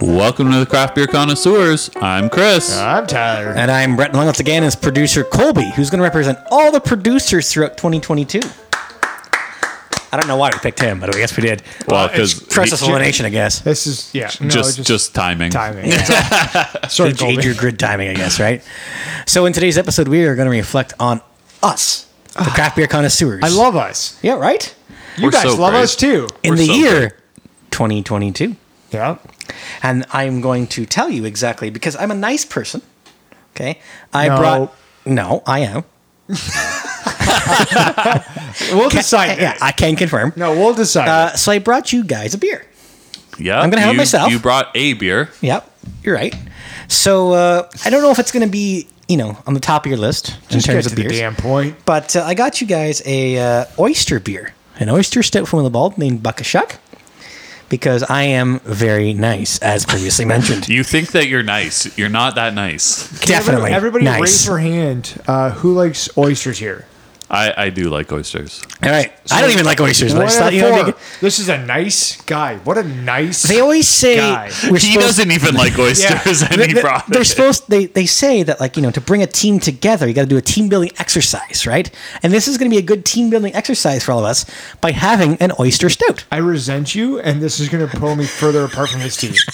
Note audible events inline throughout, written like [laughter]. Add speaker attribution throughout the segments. Speaker 1: Welcome to the Craft Beer Connoisseurs. I'm Chris.
Speaker 2: I'm Tyler.
Speaker 3: And I'm Brett, and along once again is producer Colby, who's going to represent all the producers throughout 2022. I don't know why we picked him, but I guess we did.
Speaker 1: Well,
Speaker 2: Uh, it's
Speaker 1: because
Speaker 3: Process elimination, I guess.
Speaker 1: [laughs]
Speaker 2: This is yeah. no,
Speaker 1: just, just timing.
Speaker 3: [laughs]
Speaker 2: timing. Sorry,
Speaker 3: Age, age
Speaker 2: Colby.
Speaker 3: your grid timing, I guess, right? So in today's episode, we are going to reflect on us, the craft beer connoisseurs.
Speaker 2: Ah. I love us.
Speaker 3: Yeah, right?
Speaker 2: You
Speaker 1: We're
Speaker 2: guys
Speaker 1: so
Speaker 2: love
Speaker 1: brave.
Speaker 2: us too.
Speaker 3: In
Speaker 1: We're
Speaker 3: the
Speaker 1: so
Speaker 3: year 2022.
Speaker 2: Yeah.
Speaker 3: And I'm going to tell you exactly because I'm a nice person. Okay? I
Speaker 2: No.
Speaker 3: brought. No, I am.
Speaker 2: We'll decide.
Speaker 3: Yeah, I can confirm.
Speaker 2: no, we'll decide.
Speaker 3: Uh, so I brought you guys a beer.
Speaker 1: Yeah,
Speaker 3: I'm gonna have it
Speaker 1: you-
Speaker 3: myself.
Speaker 1: You brought a beer.
Speaker 3: Yep, you're right. So uh, I don't know if it's going to be you know on the top of your list in
Speaker 2: just get
Speaker 3: terms
Speaker 2: to
Speaker 3: of
Speaker 2: the
Speaker 3: beers,
Speaker 2: damn point.
Speaker 3: but uh, I got you guys a uh, oyster beer, an oyster stout from the bald named Buckashuck, because I am very nice, as
Speaker 2: [laughs]
Speaker 3: previously mentioned.
Speaker 1: You think that you're nice. You're not that nice.
Speaker 3: Definitely,
Speaker 2: Everybody, everybody
Speaker 3: nice.
Speaker 2: raise their hand. Uh, who likes oysters here?
Speaker 1: I, I do like oysters.
Speaker 3: All right, I don't even like oysters. But I
Speaker 2: One
Speaker 3: just
Speaker 2: out
Speaker 3: thought,
Speaker 2: of
Speaker 3: you know,
Speaker 2: four.
Speaker 3: make it-
Speaker 2: This is a nice guy. What a nice.
Speaker 3: they always say
Speaker 2: Guy.
Speaker 3: we're
Speaker 1: he
Speaker 3: supposed-
Speaker 1: doesn't even
Speaker 2: [laughs]
Speaker 1: like oysters, and
Speaker 3: They-
Speaker 1: he
Speaker 3: they-
Speaker 1: brought [laughs]
Speaker 3: they're
Speaker 1: it.
Speaker 3: supposed they, they say that like you know to bring a team together you got to do a team building exercise right and this is going to be a good team building exercise for all of us by having an oyster stout
Speaker 2: I resent you, and this is going to pull me further apart from this team.
Speaker 3: [laughs]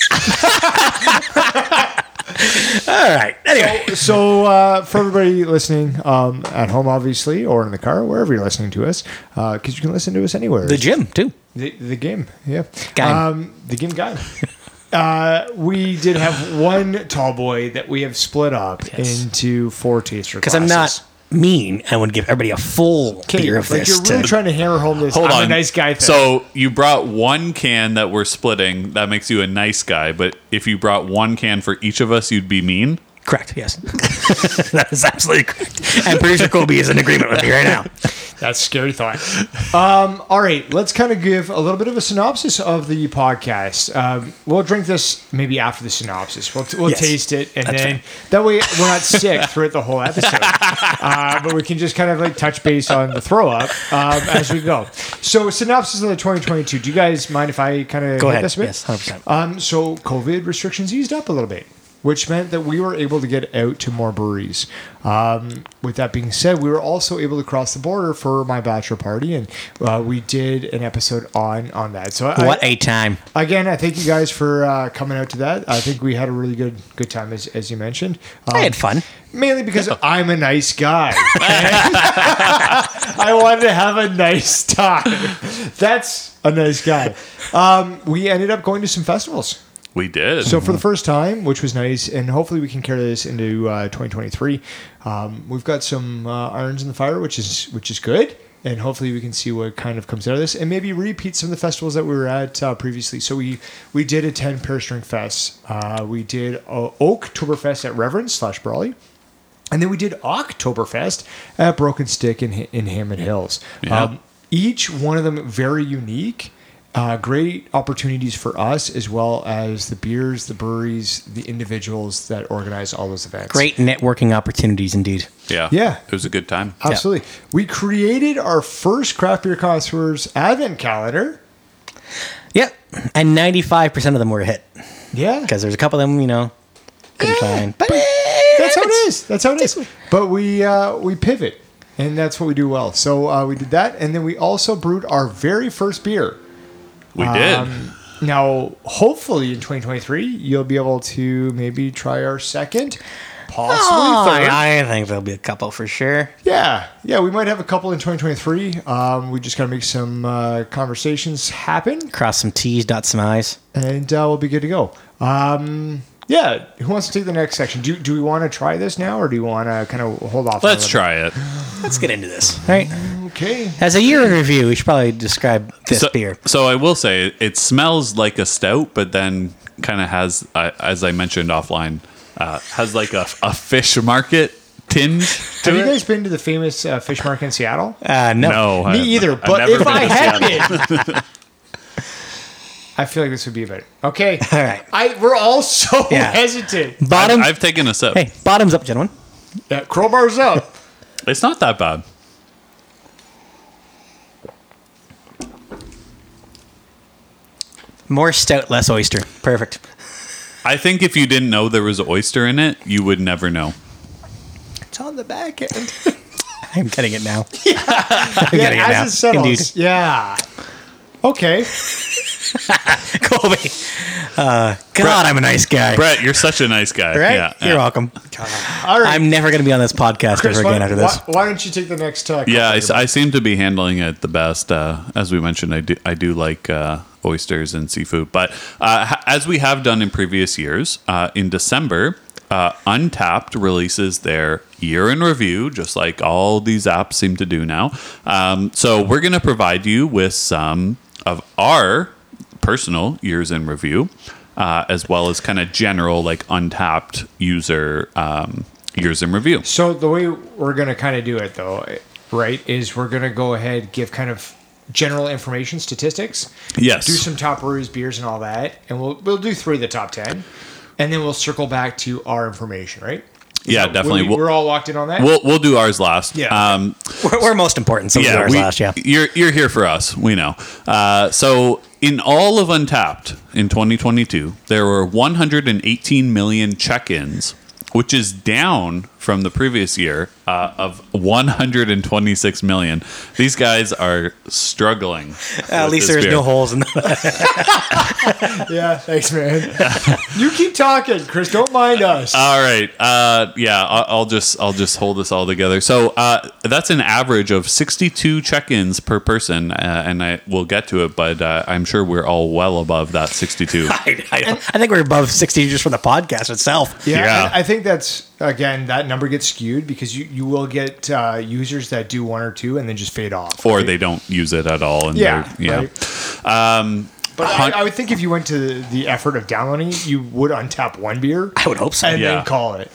Speaker 3: all right anyway
Speaker 2: so uh, for everybody listening um, at home, obviously, or in the car, wherever you're listening to us, because you can listen to us anywhere.
Speaker 3: the gym too
Speaker 2: The, the game, yeah.
Speaker 3: Game.
Speaker 2: Um, the game guy. uh, we did have one tall boy that we have split up into four taster
Speaker 3: because i'm not mean i would give everybody a full beer of
Speaker 2: like
Speaker 3: this
Speaker 2: you're really
Speaker 3: to-
Speaker 2: trying to hammer home this.
Speaker 1: Hold
Speaker 2: I'm
Speaker 1: on,
Speaker 2: a nice guy. Thing.
Speaker 1: So you brought one can that we're splitting. That makes you a nice guy. But if you brought one can for each of us, you'd be mean.
Speaker 3: correct [laughs] yes that is absolutely correct and producer colby is in agreement with me right now
Speaker 2: that's scary thought. um, all right, let's kind of give a little bit of a synopsis of the podcast. Um, we'll drink this maybe after the synopsis. We'll, we'll
Speaker 3: Yes.
Speaker 2: taste it, and
Speaker 3: That's
Speaker 2: then
Speaker 3: fine.
Speaker 2: that way we're not sick throughout the whole
Speaker 3: [laughs]
Speaker 2: episode. uh, but we can just kind of like touch base on the throw up um, as we go. So synopsis of the 2022. Do you guys mind if I kind of
Speaker 3: Go
Speaker 2: hit
Speaker 3: ahead.
Speaker 2: This a bit?
Speaker 3: Yes, 100%.
Speaker 2: Um, so COVID restrictions eased up a little bit, which meant that we were able to get out to more breweries. Um, with that being said, we were also able to cross the border for my bachelor party, and uh, we did an episode on on that. So I,
Speaker 3: [laughs] what a time
Speaker 2: again, I thank you guys for uh, coming out to that. I think we had a really good good time, as, as you mentioned. Um,
Speaker 3: i had fun
Speaker 2: Mainly because I'm a nice
Speaker 3: [laughs]
Speaker 2: guy. [laughs] I wanted to have a nice time. That's a nice guy. Um, we ended up going to some festivals.
Speaker 1: We did.
Speaker 2: So for the first time, which was nice, and hopefully we can carry this into uh, 2023. Um, we've got some uh, irons in the fire, which is which is good, and hopefully we can see what kind of comes out of this, and maybe repeat some of the festivals that we were at uh, previously. So we we did attend Paris Drink Fest, uh, we did uh, Oaktoberfest at Reverence slash Brawley. And then we did Oktoberfest at Broken Stick in, in Hammond Hills.
Speaker 1: Yeah.
Speaker 2: Um, each one of them very unique, uh, great opportunities for us, as well as the beers, the breweries, the individuals that organize all those events.
Speaker 3: great networking opportunities indeed
Speaker 1: yeah.
Speaker 2: Yeah. Uh,
Speaker 1: It was a good time.
Speaker 2: Absolutely. We created our first Craft Beer Connoisseurs Advent calendar.
Speaker 3: yep and 95% of them were a hit
Speaker 2: Yeah.
Speaker 3: because there's a couple of them, you know, couldn't find. But
Speaker 2: That's how it is. That's how it is. But we uh, we pivot, and that's what we do well. So uh, we did that, and then we also brewed our very first beer.
Speaker 1: We did.
Speaker 2: Um, now, hopefully in 2023, you'll be able to maybe try our second, possibly third.
Speaker 3: I, I think there'll be a couple for sure.
Speaker 2: Yeah, yeah, we might have a couple in 2023. Um, we just got to make some uh, conversations happen,
Speaker 3: Cross some T's, dot some I's.
Speaker 2: and uh, we'll be good to go. Um, yeah, who wants to take the next section? Do, do we want to try this now, or do you want to kind of hold off? on
Speaker 1: Let's
Speaker 2: it?
Speaker 1: try it.
Speaker 3: Let's get into this. All right.
Speaker 2: Okay.
Speaker 3: As a year in review, we should probably describe this
Speaker 1: so,
Speaker 3: beer.
Speaker 1: so I will say it- it smells like a stout, but then kind of has, uh, as I mentioned offline, uh, has like a, a fish market tinge to
Speaker 2: Have
Speaker 1: it.
Speaker 2: you guys been to the famous uh, fish market in Seattle?
Speaker 3: Uh, no.
Speaker 1: no,
Speaker 2: Me
Speaker 1: I've-
Speaker 2: either,
Speaker 1: I've
Speaker 2: but
Speaker 1: never
Speaker 2: if
Speaker 1: been
Speaker 2: I
Speaker 1: to
Speaker 2: had
Speaker 1: Seattle. [laughs]
Speaker 2: been, I feel like this would be better. Okay.
Speaker 3: All right.
Speaker 2: I we're all so
Speaker 3: Yeah.
Speaker 2: hesitant.
Speaker 1: I've,
Speaker 3: [laughs] Bottoms.
Speaker 1: I've taken a sip.
Speaker 3: hey, bottoms up, gentlemen.
Speaker 2: Yeah, crowbars up.
Speaker 1: It's not that bad.
Speaker 3: More stout, less oyster. Perfect. [laughs]
Speaker 1: I think if you didn't know there was oyster in it, you would never know.
Speaker 2: It's on the back end.
Speaker 3: I'm getting it now. [laughs] I'm
Speaker 2: Yeah,
Speaker 3: getting it
Speaker 2: as
Speaker 3: now.
Speaker 2: it settles.
Speaker 3: Indeed.
Speaker 2: Yeah. Okay.
Speaker 3: Colby. Uh, God, I'm a nice guy.
Speaker 1: Brett, you're such a nice guy.
Speaker 3: right?
Speaker 1: Yeah.
Speaker 3: You're
Speaker 1: yeah.
Speaker 3: welcome.
Speaker 2: All right.
Speaker 3: I'm never going to be on this podcast
Speaker 2: Chris,
Speaker 3: ever
Speaker 2: why,
Speaker 3: again after this.
Speaker 2: Why, why don't you take the next uh,
Speaker 1: Yeah, I,
Speaker 2: couple
Speaker 1: s- I seem to be handling it the best. Uh, as we mentioned, I do I do like uh, oysters and seafood, but uh, ha- as we have done in previous years, uh, in December, uh, Untapped releases their year in review, just like all these apps seem to do now. Um, so we're going to provide you with some of our personal years in review, uh, as well as kind of general like Untapped user um, years in review.
Speaker 2: So the way we're gonna kind of do it, though, right, is we're gonna go ahead give kind of general information, statistics.
Speaker 1: Yes.
Speaker 2: Do some top brews, beers, and all that, and we'll we'll do three of the top ten, and then we'll circle back to our information, right?
Speaker 1: Yeah, definitely.
Speaker 2: We,
Speaker 1: We'll-
Speaker 2: are all locked in on that.
Speaker 1: We'll we'll do ours last.
Speaker 2: Yeah.
Speaker 1: Um,
Speaker 3: We're, we're most important. So yeah,
Speaker 1: yeah,
Speaker 3: ours
Speaker 1: we,
Speaker 3: last. Yeah.
Speaker 1: You're you're here for us. We know. Uh, so in all of Untapped in 2022, there were 118 million check-ins, which is down from the previous year uh, of 126 million. These guys are struggling.
Speaker 3: At least there's no holes in the.
Speaker 2: yeah, thanks, man. [laughs] you keep talking, Chris. Don't mind us.
Speaker 1: All right. Uh, yeah, I- I'll just I'll just hold this all together. So uh, that's an average of 62 check-ins per person, uh, and I will get to it, but uh, I'm sure we're all well above that 62.
Speaker 3: [laughs] I, I, I think we're above 60 just from the podcast itself.
Speaker 2: Yeah,
Speaker 1: Yeah.
Speaker 2: and I think that's again that number gets skewed because you you will get uh, users that do one or two and then just fade off,
Speaker 1: or they don't use it at all. And
Speaker 2: Yeah,
Speaker 1: they're- yeah. Um,
Speaker 2: But
Speaker 1: Hun-
Speaker 2: I, I would think if you went to the effort of downloading, it, you would untap one beer
Speaker 3: I would hope so.
Speaker 2: and
Speaker 1: Yeah.
Speaker 2: then call it.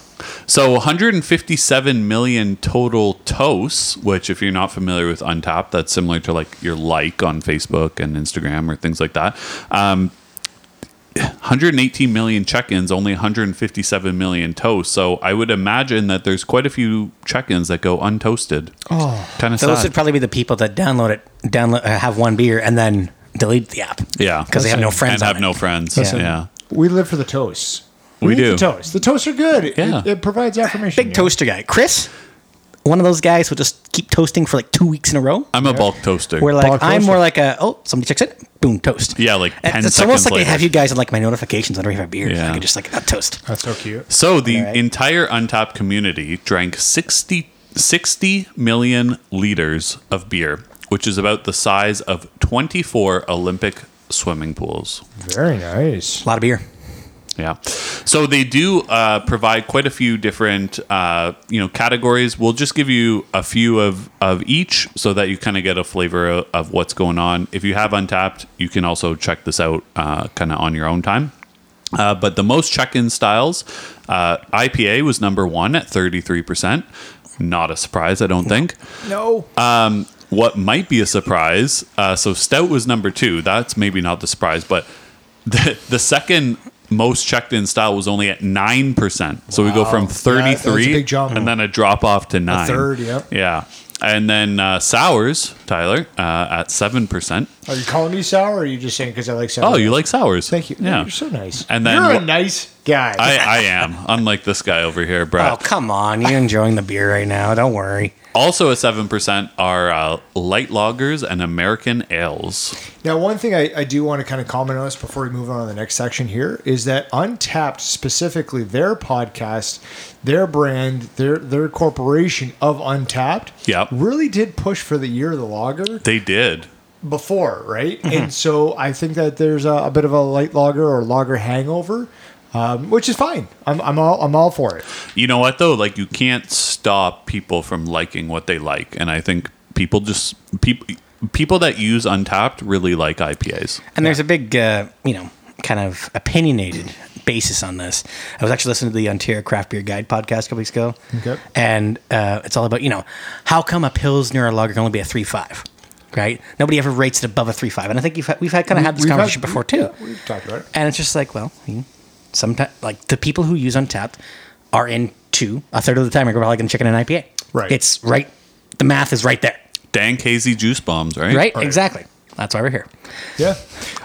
Speaker 1: So 157 million total toasts, which, if you're not familiar with Untapped, that's similar to like your like on Facebook and Instagram or things like that. Um, 118 million check-ins, only 157 million toasts. So I would imagine that there's quite a few check-ins that go untoasted. Oh, kind of
Speaker 3: Those
Speaker 1: sad.
Speaker 3: would probably be the people that download it, download, uh, have one beer, and then delete the app.
Speaker 1: yeah,
Speaker 3: Because they have no friends
Speaker 1: and
Speaker 3: on
Speaker 1: have
Speaker 3: it.
Speaker 1: no friends.
Speaker 3: Listen.
Speaker 1: Yeah,
Speaker 2: We live for the toasts.
Speaker 1: We
Speaker 2: eat
Speaker 1: do.
Speaker 2: the toast. The toasts are good.
Speaker 1: Yeah.
Speaker 2: it, it provides affirmation.
Speaker 3: Big
Speaker 2: yeah.
Speaker 3: toaster guy. Chris, one of those guys who just keep toasting for like two weeks in a row.
Speaker 1: I'm a bulk Uh, toaster.
Speaker 3: Where like
Speaker 2: Bulk
Speaker 3: I'm
Speaker 2: toaster.
Speaker 3: more like a oh somebody checks it boom toast
Speaker 1: Yeah, like 10
Speaker 3: it's almost
Speaker 1: seconds
Speaker 3: like
Speaker 1: later.
Speaker 3: they have you guys in like my notifications under my beer
Speaker 1: Yeah.
Speaker 3: I can just like ah, toast
Speaker 2: That's so cute.
Speaker 1: So the
Speaker 3: right.
Speaker 1: entire Untapped community drank 60, 60 million liters of beer, which is about the size of 24 Olympic swimming pools.
Speaker 2: Very nice.
Speaker 3: a lot of beer
Speaker 1: Yeah. So they do uh, provide quite a few different, uh, you know, categories. We'll just give you a few of, of each so that you kind of get a flavor of, of what's going on. If you have Untapped, you can also check this out uh, kind of on your own time. Uh, but the most check-in styles, uh, IPA was number one at 33%. Not a surprise, I don't think.
Speaker 2: No.
Speaker 1: What might be a surprise, uh, so Stout was number two. That's maybe not the surprise, but [laughs] the, the second most checked in style was only at 9%. So we go from
Speaker 2: that's a
Speaker 1: 33
Speaker 2: big jump.
Speaker 1: and then a drop off to 9.
Speaker 2: third, yep.
Speaker 1: Yeah. And then uh, Sours, Tyler, uh, at 7%.
Speaker 2: are you calling me sour or are you just saying because I like sour?
Speaker 1: Oh, you like Sours.
Speaker 2: Thank you.
Speaker 1: Yeah.
Speaker 2: You're so nice.
Speaker 1: And then
Speaker 2: you're a
Speaker 1: wha-
Speaker 2: nice guy.
Speaker 1: I, I am, unlike this guy over here, Brett.
Speaker 3: oh come on you're enjoying the beer right now don't worry
Speaker 1: Also at 7% are uh, light lagers and American ales.
Speaker 2: Now, one thing I, I do want to kind of comment on this before we move on to the next section here is that Untapped, specifically their podcast, their brand, their their corporation of Untapped,
Speaker 1: Yep.
Speaker 2: really did push for the year of the logger
Speaker 1: They did.
Speaker 2: before, right? And so I think that there's a, a bit of a light logger or logger hangover, um, which is fine. I'm, I'm all I'm all for it.
Speaker 1: You know what though? Like you can't stop people from liking what they like, and I think people just people people that use Untapped really like IPAs.
Speaker 3: and there's a big uh, you know kind of opinionated [clears throat] basis on this I was actually listening to the Ontario Craft Beer Guide podcast a couple weeks ago
Speaker 2: Okay.
Speaker 3: and uh, it's all about you know how come a pilsner or a lager can only be a three five right nobody ever rates it above a three five and I think you've had, we've had kind of had this
Speaker 2: We've had-
Speaker 3: conversation before too
Speaker 2: yeah, we've talked about it.
Speaker 3: And it's just like, well, sometimes like the people who use Untapped are in two a third of the time are probably going to chicken and IPA.
Speaker 2: Right.
Speaker 3: It's right. The math is right there.
Speaker 1: Dank hazy juice bombs, right?
Speaker 3: Right.
Speaker 2: Right.
Speaker 3: Exactly. That's why we're here.
Speaker 2: Yeah.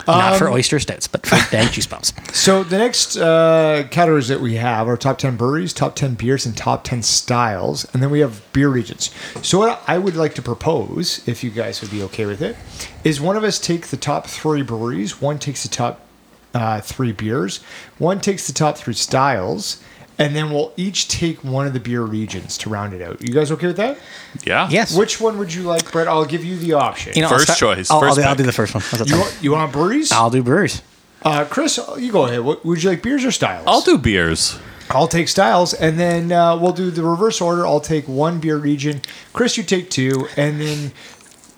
Speaker 3: Not
Speaker 2: Um,
Speaker 3: for oyster stouts,
Speaker 2: [laughs]
Speaker 3: but for dang juice bombs.
Speaker 2: So the next uh, categories that we have are top ten breweries, top ten beers, and top ten styles, and then we have beer regions. So what I would like to propose, if you guys would be okay with it, is one of us take the top three breweries, one takes the top uh, three beers, one takes the top three styles, and then we'll each take one of the beer regions to round it out. You guys okay with that?
Speaker 1: Yeah.
Speaker 3: Yes.
Speaker 2: Which one would you like, Brett? I'll give you the option.
Speaker 3: You know, I'll
Speaker 1: First choice,
Speaker 3: I'll, I'll
Speaker 1: first
Speaker 3: do, I'll
Speaker 1: pick.
Speaker 3: do the first one. How's that
Speaker 2: you,
Speaker 3: sound?
Speaker 2: want, you want breweries?
Speaker 3: I'll do breweries.
Speaker 2: Uh, Chris, you go ahead. What, would you like beers or styles?
Speaker 1: I'll do beers.
Speaker 2: I'll take Styles, and then uh, we'll do the reverse order. I'll take one beer region. Chris, you take two, and then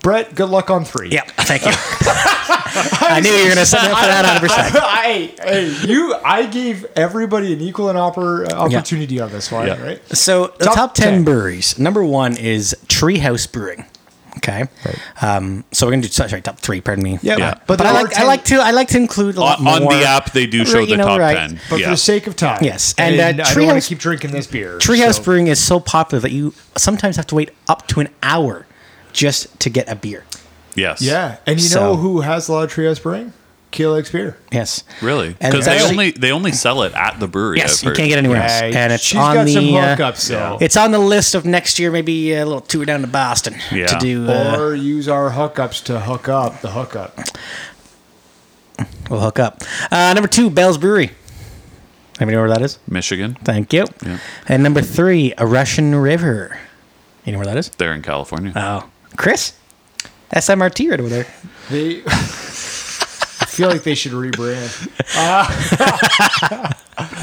Speaker 2: Brett, good luck on three.
Speaker 3: Yeah, thank you. [laughs] I knew you were going to set me up for that 100%.
Speaker 2: I, hey, you, I gave everybody an equal and oppor- uh, opportunity on this one,
Speaker 1: Yeah.
Speaker 2: right?
Speaker 3: So the
Speaker 2: Top
Speaker 3: top,
Speaker 2: 10.
Speaker 3: ten, breweries. Number one is Treehouse Brewing. Okay. Um, so we're gonna do sorry top three. Pardon me.
Speaker 2: Yeah,
Speaker 1: Yeah.
Speaker 2: but
Speaker 3: But,
Speaker 2: there
Speaker 3: I
Speaker 2: are
Speaker 3: like
Speaker 2: 10
Speaker 3: I like to I like to include a lot
Speaker 1: On, on
Speaker 3: more.
Speaker 1: the app, they do show
Speaker 3: Right,
Speaker 1: the
Speaker 3: you know,
Speaker 1: top
Speaker 3: right.
Speaker 1: ten.
Speaker 2: But for
Speaker 1: yeah.
Speaker 2: the sake of time,
Speaker 3: Yes, and, uh,
Speaker 2: I don't want
Speaker 3: Treehouse-
Speaker 2: to keep drinking this beer.
Speaker 3: Treehouse
Speaker 2: so-
Speaker 3: Brewing is so popular that you sometimes have to wait up to an hour just to get a beer.
Speaker 1: yes.
Speaker 2: Yeah, and you
Speaker 3: So-
Speaker 2: know who has a lot of Treehouse Brewing? KLX beer.
Speaker 3: Yes.
Speaker 1: Really?
Speaker 3: And
Speaker 1: Because
Speaker 3: it's
Speaker 1: they
Speaker 3: actually-
Speaker 1: only they only sell it at the brewery.
Speaker 3: Yes,
Speaker 1: I've
Speaker 3: you can't
Speaker 1: heard.
Speaker 3: get anywhere else,
Speaker 2: Yeah,
Speaker 3: and it's
Speaker 2: she's
Speaker 3: on
Speaker 2: got
Speaker 3: the
Speaker 2: some
Speaker 3: uh,
Speaker 2: hookups, so.
Speaker 3: it's on the list of next year, maybe a little tour down to Boston
Speaker 1: Yeah.
Speaker 3: to do. Uh,
Speaker 2: Or use our hookups to hook up the hookup.
Speaker 3: we'll hook up. Uh, number two, Bell's Brewery. Anybody know where that is?
Speaker 1: Michigan.
Speaker 3: Thank you.
Speaker 1: Yeah.
Speaker 3: And number three, a Russian river. You know where that is?
Speaker 1: They're in California.
Speaker 3: Oh, Chris, SMRT right over there.
Speaker 2: They. [laughs] I feel like they should rebrand. Uh, [laughs]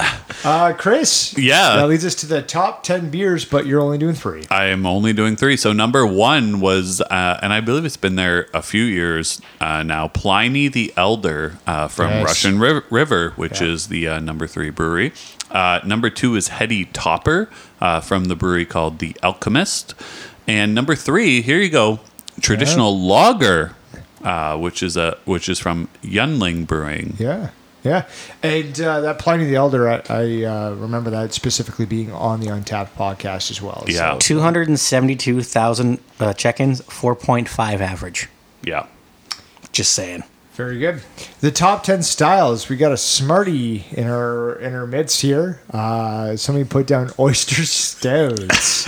Speaker 2: uh, Chris.
Speaker 1: Yeah.
Speaker 2: That leads us to the top 10 beers, but you're only doing three.
Speaker 1: I am only doing three. So number one was, uh, and I believe it's been there a few years uh, now. Pliny the Elder uh, from
Speaker 2: Yes.
Speaker 1: Russian Riv- River, which
Speaker 2: Yeah.
Speaker 1: is the uh, number three brewery. Uh, number two is Hetty Topper uh, from the brewery called The Alchemist, and number three, here you go, traditional lager, uh, which is a which is from Yunling Brewing.
Speaker 2: Yeah. Yeah. And uh, that Pliny the Elder, I, I uh, remember that specifically being on the Untapped podcast as well.
Speaker 1: Yeah.
Speaker 2: So,
Speaker 3: Two hundred and seventy-two thousand uh, check-ins, four point five average.
Speaker 1: Yeah.
Speaker 3: Just saying. [laughs]
Speaker 2: very good. The top 10 styles. We got a Smarty in our, in our midst here. Uh, somebody put down [laughs] oyster stouts.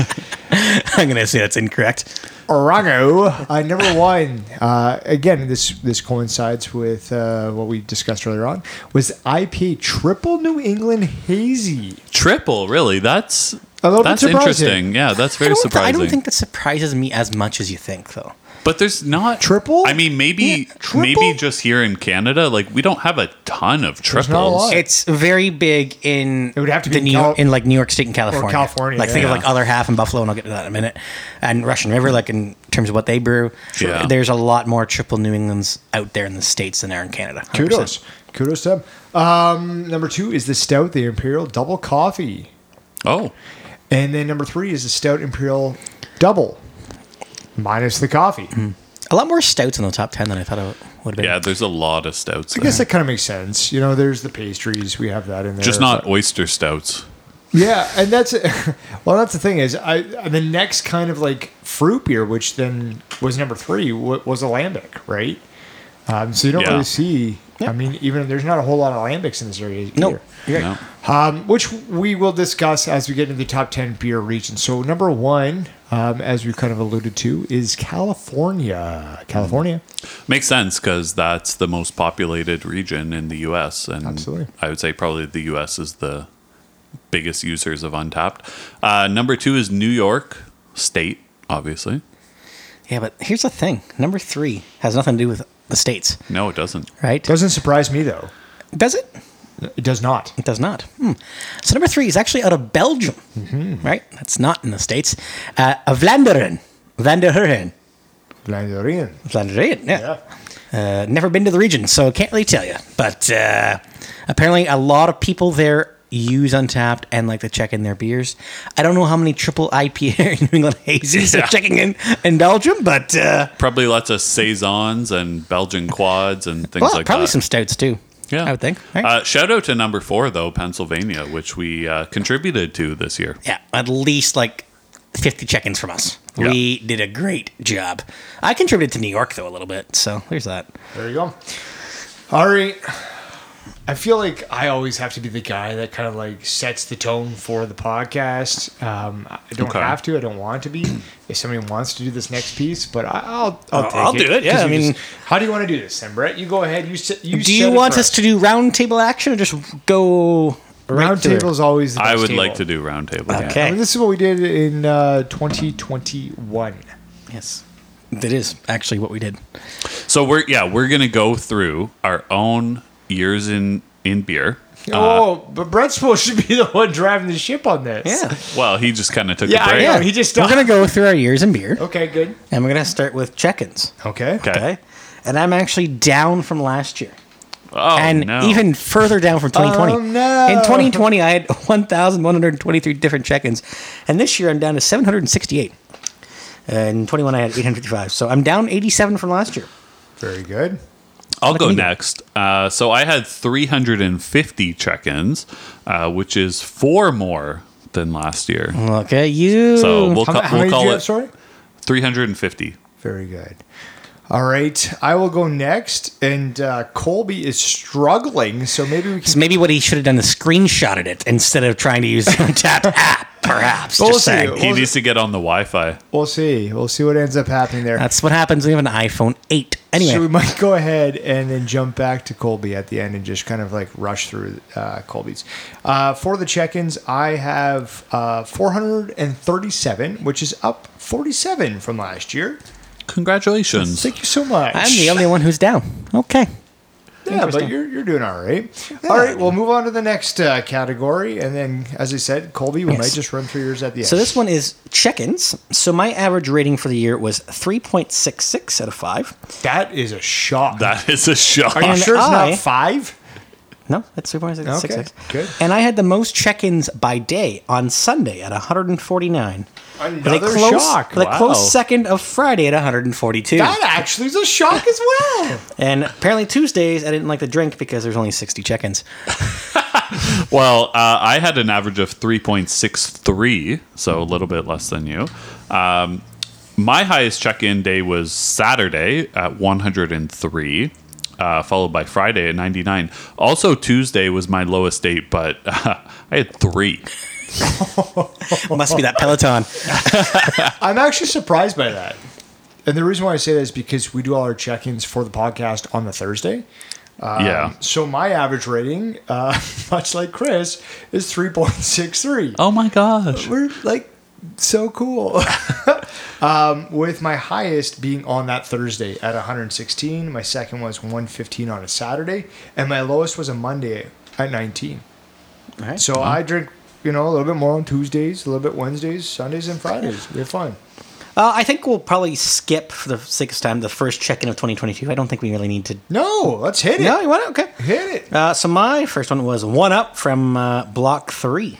Speaker 3: I'm gonna say that's incorrect.
Speaker 2: Orango, uh, number one. Uh, again, this this coincides with uh, what we discussed earlier on. Was IPA triple New England hazy?
Speaker 1: Triple, really? That's
Speaker 2: A little bit
Speaker 1: that's
Speaker 2: surprising.
Speaker 1: interesting. Yeah, that's
Speaker 3: I
Speaker 1: very
Speaker 3: don't, th- I
Speaker 1: surprising.
Speaker 3: don't think that surprises me as much as you think, though.
Speaker 1: But there's not
Speaker 2: Triple?
Speaker 1: I mean, maybe
Speaker 2: Yeah, triple?
Speaker 1: maybe just here in Canada, like we don't have a ton of triples.
Speaker 2: not a lot.
Speaker 3: It's very big in
Speaker 2: It would have to
Speaker 3: the
Speaker 2: be
Speaker 3: New
Speaker 2: Cal-
Speaker 3: York, in like New York State and California.
Speaker 2: California,
Speaker 3: Like think of
Speaker 1: yeah.
Speaker 3: like other half in Buffalo, and I'll get to that in a minute. And Russian River, like in terms of what they brew,
Speaker 1: Yeah.
Speaker 3: there's a lot more triple New Englands out there in the states than there are in Canada. 100%.
Speaker 2: Kudos, kudos to them. Um, number two is the stout, the Imperial Double Coffee,
Speaker 1: Oh,
Speaker 2: and then number three is the stout Imperial Double, minus the coffee.
Speaker 1: Mm-hmm.
Speaker 3: A lot more stouts in the top ten than I thought it would have been.
Speaker 1: yeah. There's a lot of stouts.
Speaker 2: I guess that kind of makes sense. You know, there's the pastries. We have that in there.
Speaker 1: just not oyster stouts.
Speaker 2: Yeah, and that's [laughs] well. That's the thing is, I the next kind of like fruit beer, which then was number three, wa- was alambic, right? Um, so you don't
Speaker 1: Yeah.
Speaker 2: really see. I mean, even if there's not a whole lot of alambics in this area.
Speaker 3: No,
Speaker 2: here.
Speaker 3: you're right.
Speaker 1: No.
Speaker 2: Um, which we will discuss as we get into the top ten beer regions. So number one, um, as we kind of alluded to, is California. California.
Speaker 1: Makes sense because that's the most populated region in the U.S. and
Speaker 2: Absolutely.
Speaker 1: I would say probably the U.S. is the biggest users of Untapped. Uh, number two is New York State, obviously.
Speaker 3: Yeah, but here's the thing: number three has nothing to do with the states,
Speaker 1: No, it doesn't.
Speaker 3: right?
Speaker 2: Doesn't surprise me though.
Speaker 3: Does it?
Speaker 2: It does not.
Speaker 3: It does not. Hmm. So number three is actually out of Belgium,
Speaker 2: Mm-hmm.
Speaker 3: right? That's not in the states. Uh, a Vlaanderen, Vlaanderen,
Speaker 2: Blandorian.
Speaker 3: Vlaanderen.
Speaker 2: Yeah.
Speaker 3: Yeah. Uh, never been to the region, so can't really tell you. But uh, apparently, a lot of people there use Untapped and like to check in their beers. I don't know how many triple [laughs] IPA New England hazies
Speaker 1: Yeah.
Speaker 3: are checking in in Belgium, but uh,
Speaker 1: Probably lots of saisons and Belgian quads and things
Speaker 3: well,
Speaker 2: Ah,
Speaker 1: like
Speaker 3: probably
Speaker 1: that.
Speaker 3: some stouts too.
Speaker 1: Yeah,
Speaker 3: I would think. Right?
Speaker 1: Uh, shout out to number four though, Pennsylvania, which we uh, contributed to this year.
Speaker 3: yeah, at least like fifty check-ins from us. We did a great job. I contributed to New York though a little bit, so there's that.
Speaker 2: There you go. All right. I feel like I always have to be the guy that kind of like sets the tone for the podcast. Um, I don't
Speaker 1: Okay.
Speaker 2: have to. I don't want to be. If somebody wants to do this next piece, but I, I'll I'll,
Speaker 3: I'll-
Speaker 2: take
Speaker 3: I'll do it, yeah,
Speaker 2: 'Cause
Speaker 3: I
Speaker 2: you
Speaker 3: mean-
Speaker 2: just- how do you want to do this, then, Brett? You go ahead. You set, you.
Speaker 3: Do you want us to do roundtable action or just go right
Speaker 2: round
Speaker 3: through?
Speaker 2: table is always? The
Speaker 1: I
Speaker 2: best
Speaker 1: would
Speaker 2: table.
Speaker 1: like to do roundtable.
Speaker 3: Okay.
Speaker 2: I mean, this is what we did in uh, 2021.
Speaker 3: Yes. That is actually what we did.
Speaker 1: So we're yeah we're gonna go through our own years in in beer. Uh,
Speaker 3: Uh-huh.
Speaker 2: oh, but Brett's supposed to be the one driving the ship on this.
Speaker 1: Well, he just kind of took
Speaker 2: Yeah,
Speaker 1: a
Speaker 2: I
Speaker 1: break.
Speaker 2: know. He just
Speaker 3: We're gonna go through our years in beer,
Speaker 2: Okay, good.
Speaker 3: and we're gonna start with check-ins.
Speaker 2: Okay.
Speaker 1: Okay.
Speaker 3: Okay. And I'm actually down from last year.
Speaker 1: Oh,
Speaker 3: and
Speaker 1: no.
Speaker 3: even further down from 2020.
Speaker 2: Oh, no.
Speaker 3: In 2020, I had [laughs] 1,123 different check ins. And this year, I'm down to 768. And 21, I had 855. So I'm down 87 from last year.
Speaker 2: Very good.
Speaker 1: I'll go
Speaker 3: me go.
Speaker 1: next. Uh, so I had 350 check-ins, uh, which is four more than last year.
Speaker 2: Mm.
Speaker 3: Look at you.
Speaker 1: So we'll,
Speaker 2: How,
Speaker 1: ca-
Speaker 2: ma- how
Speaker 1: we'll
Speaker 2: many did
Speaker 1: call
Speaker 2: you
Speaker 1: it
Speaker 2: have? Sorry.
Speaker 1: 350.
Speaker 2: Very good. All right, I will go next, and uh, Colby is struggling, so maybe we
Speaker 3: So
Speaker 2: can.
Speaker 3: [laughs] maybe what he should have done is screenshotted it instead of trying to use the [laughs] untapped app, perhaps.
Speaker 2: We'll
Speaker 3: Just
Speaker 2: see.
Speaker 3: saying.
Speaker 1: He
Speaker 2: Well,
Speaker 1: needs to get on the Wi-Fi.
Speaker 2: [laughs] We'll see. We'll see what ends up happening there.
Speaker 3: That's what happens when you have an iPhone 8.
Speaker 2: Uh, So we
Speaker 3: Anyway,
Speaker 2: might go ahead and then jump back to Colby at the end and just kind of like rush through uh, Colby's. Uh, for the check-ins, I have uh, 437, which is up 47 from last year.
Speaker 1: Congratulations.
Speaker 2: Thank you so much.
Speaker 3: I'm the only one who's down. Okay.
Speaker 2: Yeah, but
Speaker 3: Interesting.
Speaker 2: you're, you're doing all right. All right, we'll move on to the next uh, category. And then, as I said, Colby, we
Speaker 3: Yes.
Speaker 2: might just run through yours at the end.
Speaker 3: So this one is check-ins. So my average rating for the year was 3.66 out of 5.
Speaker 2: That is a shock.
Speaker 1: That is a shock.
Speaker 2: Are you
Speaker 3: And
Speaker 2: sure it's
Speaker 3: I-
Speaker 2: not five?
Speaker 3: No, that's 3.66.
Speaker 2: Okay, good.
Speaker 3: And I had the most check-ins by day on Sunday at 149. With a
Speaker 2: Another
Speaker 3: close,
Speaker 2: shock.
Speaker 3: With a close
Speaker 1: Wow.
Speaker 3: second of Friday at 142.
Speaker 2: That actually is a shock as
Speaker 3: [laughs]
Speaker 2: well.
Speaker 3: and apparently Tuesdays I didn't like to drink because there's only 60 check-ins.
Speaker 1: Well, uh, I had an average of 3.63, so a little bit less than you. Um, my highest check in day was Saturday at 103, uh, followed by Friday at 99. Also, Tuesday was my lowest date, but [laughs] uh, I had three.
Speaker 3: Must be that
Speaker 2: [laughs]
Speaker 3: Peloton.
Speaker 2: I'm actually surprised by that. And the reason why I say that is because we do all our check ins for the podcast on the Thursday. Um,
Speaker 1: yeah.
Speaker 2: So my average rating, uh, [laughs] much like Chris, is 3.63.
Speaker 1: Oh my gosh.
Speaker 2: We're like so cool. [laughs] um, with my highest being on that Thursday at 116. My second was 115 on a Saturday, and my lowest was a Monday at 19.
Speaker 3: All right.
Speaker 2: So I drink, you know, a little bit more on Tuesdays, a little bit Wednesdays, Sundays, and Fridays. We have fun.
Speaker 3: Uh, I think we'll probably skip for the sixth time the first check-in of 2022. I don't think we really need to.
Speaker 2: No, let's hit it.
Speaker 3: No, you want to? Okay.
Speaker 2: Hit it.
Speaker 3: Uh, so my first one was one up from uh, block three.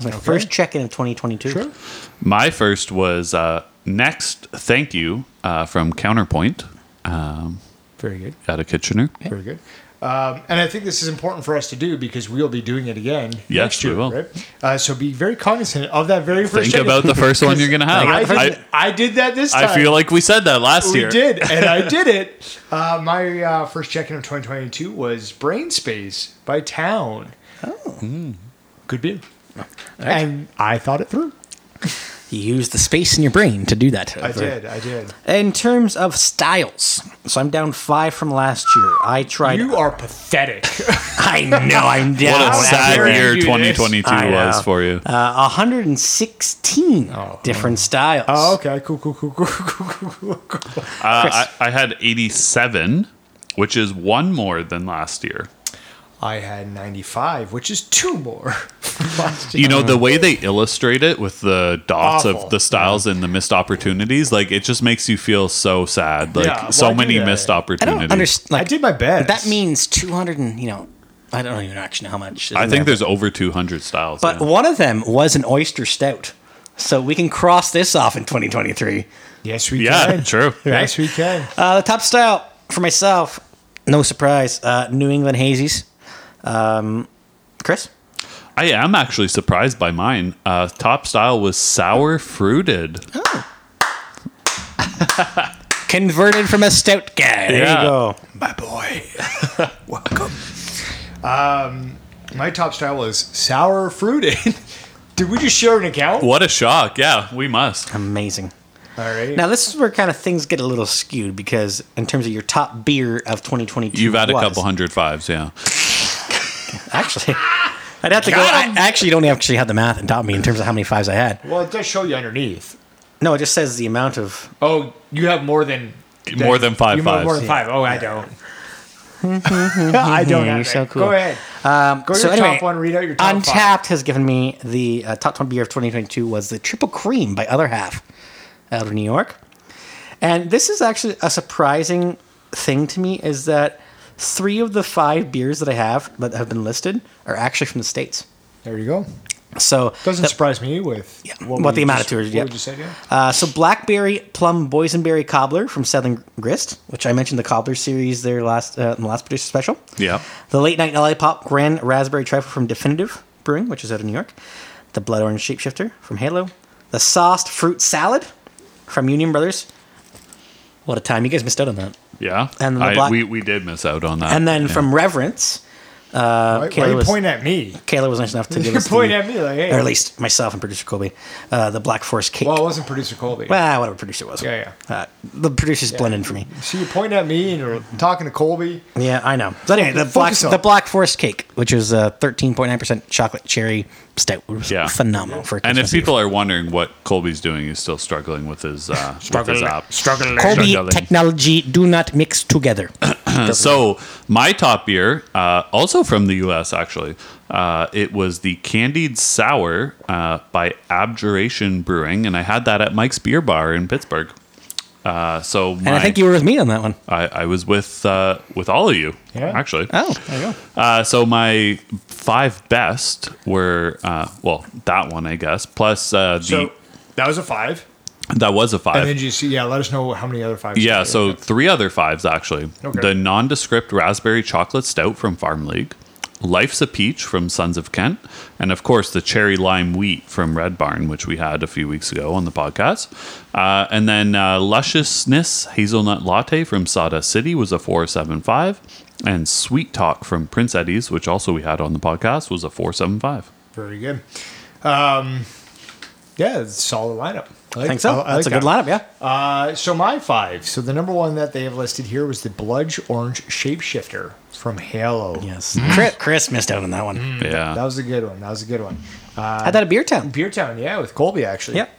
Speaker 3: That was my first check-in of 2022.
Speaker 2: Sure.
Speaker 1: My first was uh, next, thank you uh, from Counterpoint um,
Speaker 2: Very good.
Speaker 1: out of Kitchener.
Speaker 2: Very good. Um, and I think this is important for us to do because we'll be doing it again next
Speaker 1: we
Speaker 2: year,
Speaker 1: will.
Speaker 2: right? Uh, so be very cognizant of that very first.
Speaker 1: Think about the first one you're going to have.
Speaker 2: [laughs] I,
Speaker 1: I,
Speaker 2: did, I did that this time.
Speaker 1: I feel like we said that last
Speaker 2: we
Speaker 1: year.
Speaker 2: did,
Speaker 1: [laughs]
Speaker 2: and I did it. Uh, my uh, first check-in of 2022 was Brain Space by Town. Oh, good beer. And I thought it through.
Speaker 3: You use the space in your brain to do that.
Speaker 2: I did. I did.
Speaker 3: In terms of styles, so I'm down five from last year. I tried.
Speaker 2: You
Speaker 1: [laughs]
Speaker 2: are pathetic.
Speaker 3: [laughs] I know I'm down.
Speaker 1: What a
Speaker 2: Wow,
Speaker 1: sad
Speaker 2: that's
Speaker 1: year
Speaker 2: very
Speaker 1: 2022
Speaker 3: I know.
Speaker 1: was for you.
Speaker 3: Uh, 116 different styles.
Speaker 2: oh, okay. Cool. Cool. Cool. Cool. Cool. Cool. Cool. cool.
Speaker 1: Uh, I, I had 87, which is one more than last year.
Speaker 2: I had 95, which is two
Speaker 3: [laughs]
Speaker 2: more. [laughs]
Speaker 1: You know, the way they illustrate it with the dots
Speaker 2: Awful.
Speaker 1: of the styles and the missed opportunities, like it just makes you feel so sad. Like
Speaker 2: Yeah, why
Speaker 1: so
Speaker 2: do
Speaker 1: many
Speaker 2: that?
Speaker 1: missed
Speaker 3: I
Speaker 1: opportunities.
Speaker 3: don't understand. Like,
Speaker 2: I did my best.
Speaker 3: That means 200 and you know, I don't even actually know how much. is
Speaker 1: I
Speaker 3: in
Speaker 1: think
Speaker 3: there.
Speaker 1: there's over 200 styles.
Speaker 3: But
Speaker 1: yeah.
Speaker 3: one of them was an oyster stout. So we can cross this off in 2023.
Speaker 2: Yes, we
Speaker 1: Yeah,
Speaker 2: can.
Speaker 1: true.
Speaker 2: [laughs] Yes, we can.
Speaker 3: Uh, the top style for myself, no surprise, uh, New England Hazies. Um, Chris?
Speaker 1: I am actually surprised by mine. Uh, top style was sour fruited.
Speaker 3: Converted from a stout guy. There
Speaker 1: Yeah.
Speaker 3: you go.
Speaker 2: my boy. [laughs] Welcome. Um, my top style was sour fruited. [laughs] Did we just share an account?
Speaker 1: What a shock! Yeah, we must.
Speaker 3: Amazing.
Speaker 2: All right.
Speaker 3: Now this is where kind of things get a little skewed because in terms of your top beer of 2022,
Speaker 1: You've had a
Speaker 3: was-
Speaker 1: couple hundred fives, yeah.
Speaker 3: Actually, [laughs] I'd have to go.
Speaker 2: Got
Speaker 3: I
Speaker 2: 'em.
Speaker 3: actually don't actually have the math on top of me in terms of how many fives I had.
Speaker 2: well, it does show you underneath.
Speaker 3: No, it just says the amount
Speaker 2: [laughs]
Speaker 3: of.
Speaker 2: Oh, you have more than
Speaker 1: More than five
Speaker 2: You have more
Speaker 1: fives.
Speaker 2: than five. Oh, I don't. I don't.
Speaker 3: Mm-hmm, You're
Speaker 2: have
Speaker 3: so
Speaker 2: that.
Speaker 3: cool.
Speaker 2: Go ahead.
Speaker 3: Um,
Speaker 2: Go to
Speaker 3: so
Speaker 2: your
Speaker 3: anyway,
Speaker 2: top one. Read out your top
Speaker 3: Untapped has given me the uh, top 20 beer of 2022 was the Triple Cream by Other Half out of New York. And this is actually a surprising thing to me is that three of the five beers that I have that have been listed are actually from the States.
Speaker 2: five. There you go.
Speaker 3: So
Speaker 2: Doesn't
Speaker 3: the-
Speaker 2: surprise me with yeah,
Speaker 3: what the amount of tours,
Speaker 2: What
Speaker 3: yep.
Speaker 2: would you say? Yeah.
Speaker 3: Uh, so blackberry plum boysenberry cobbler from Southern Grist, which I mentioned the cobbler series there last uh, in the last producer special.
Speaker 1: Yeah.
Speaker 3: The late night lollipop grand raspberry trifle from Definitive Brewing, which is out of New York. The blood orange shapeshifter from Halo. The sauced fruit salad from Union Brothers. What a time! You guys missed out on that.
Speaker 1: Yeah.
Speaker 3: And the
Speaker 1: I-
Speaker 3: black-
Speaker 1: we, we did miss out on that.
Speaker 3: And then
Speaker 1: Yeah.
Speaker 3: from Reverence,
Speaker 2: Why, why
Speaker 3: Kayla
Speaker 2: you
Speaker 3: was-
Speaker 2: point at me?
Speaker 3: Kayla was nice
Speaker 2: [laughs]
Speaker 3: enough to give
Speaker 2: You
Speaker 3: us the-
Speaker 2: point at me like, hey.
Speaker 3: or at least myself and producer Colby, uh, the Black Forest cake.
Speaker 2: Well, it
Speaker 3: Well,
Speaker 2: wasn't producer Colby.
Speaker 3: whatever producer it was.
Speaker 2: Yeah, yeah.
Speaker 3: Uh, the producers blend in for me.
Speaker 2: so you point at me and you're talking to Colby.
Speaker 3: Yeah, I know. But anyway, the black,
Speaker 2: Focus on-
Speaker 3: the black forest cake, which is uh, 13.9% chocolate cherry stout, was
Speaker 1: Yeah.
Speaker 3: phenomenal for a
Speaker 1: And if
Speaker 3: Christmas
Speaker 1: people are wondering what Colby's doing, he's still struggling with his uh, with his app.
Speaker 4: Struggle.
Speaker 3: Eve. Colby
Speaker 1: struggling.
Speaker 3: technology do not mix together.
Speaker 1: [laughs] So my top beer, uh, also from the U.S. Actually, uh, it was the Candied Sour uh, by Abjuration Brewing, and I had that at Mike's Beer Bar in Pittsburgh. Uh, so my,
Speaker 3: and I think you were with me on that one.
Speaker 1: I, I was with uh, with all of you,
Speaker 2: Yeah.
Speaker 1: actually.
Speaker 3: Oh,
Speaker 2: There you go.
Speaker 1: Uh, so my five best were uh, well that one I guess plus uh, the
Speaker 2: So that was a five.
Speaker 1: that was a five.
Speaker 2: And then you see, yeah, let us know how many other fives. you
Speaker 1: Yeah,
Speaker 2: did.
Speaker 1: so three other fives actually.
Speaker 2: Okay.
Speaker 1: The nondescript raspberry chocolate stout from Farm League, Life's a Peach from Sons of Kent, and of course the cherry lime wheat from Red Barn, which we had a few weeks ago on the podcast. Uh, and then uh, Lusciousness Hazelnut Latte from Sada City was a 475, and Sweet Talk from Prince Eddie's, which also we had on the podcast, was a 475.
Speaker 2: Very good. Um, yeah, it's a solid lineup. I like-
Speaker 3: I Oh. think so.
Speaker 2: I like
Speaker 3: That's a
Speaker 2: that.
Speaker 3: good lineup, yeah.
Speaker 2: Uh, so my five. So the number one that they have listed here was the Bludge Orange Shapeshifter from Halo.
Speaker 3: Yes. [laughs] Chris, Chris missed out on Mm, that one.
Speaker 2: That
Speaker 1: Yeah.
Speaker 2: was a good one. That was a good one.
Speaker 3: I had that at Beer Town.
Speaker 2: Beer Town, yeah, with Colby actually.
Speaker 3: Yep.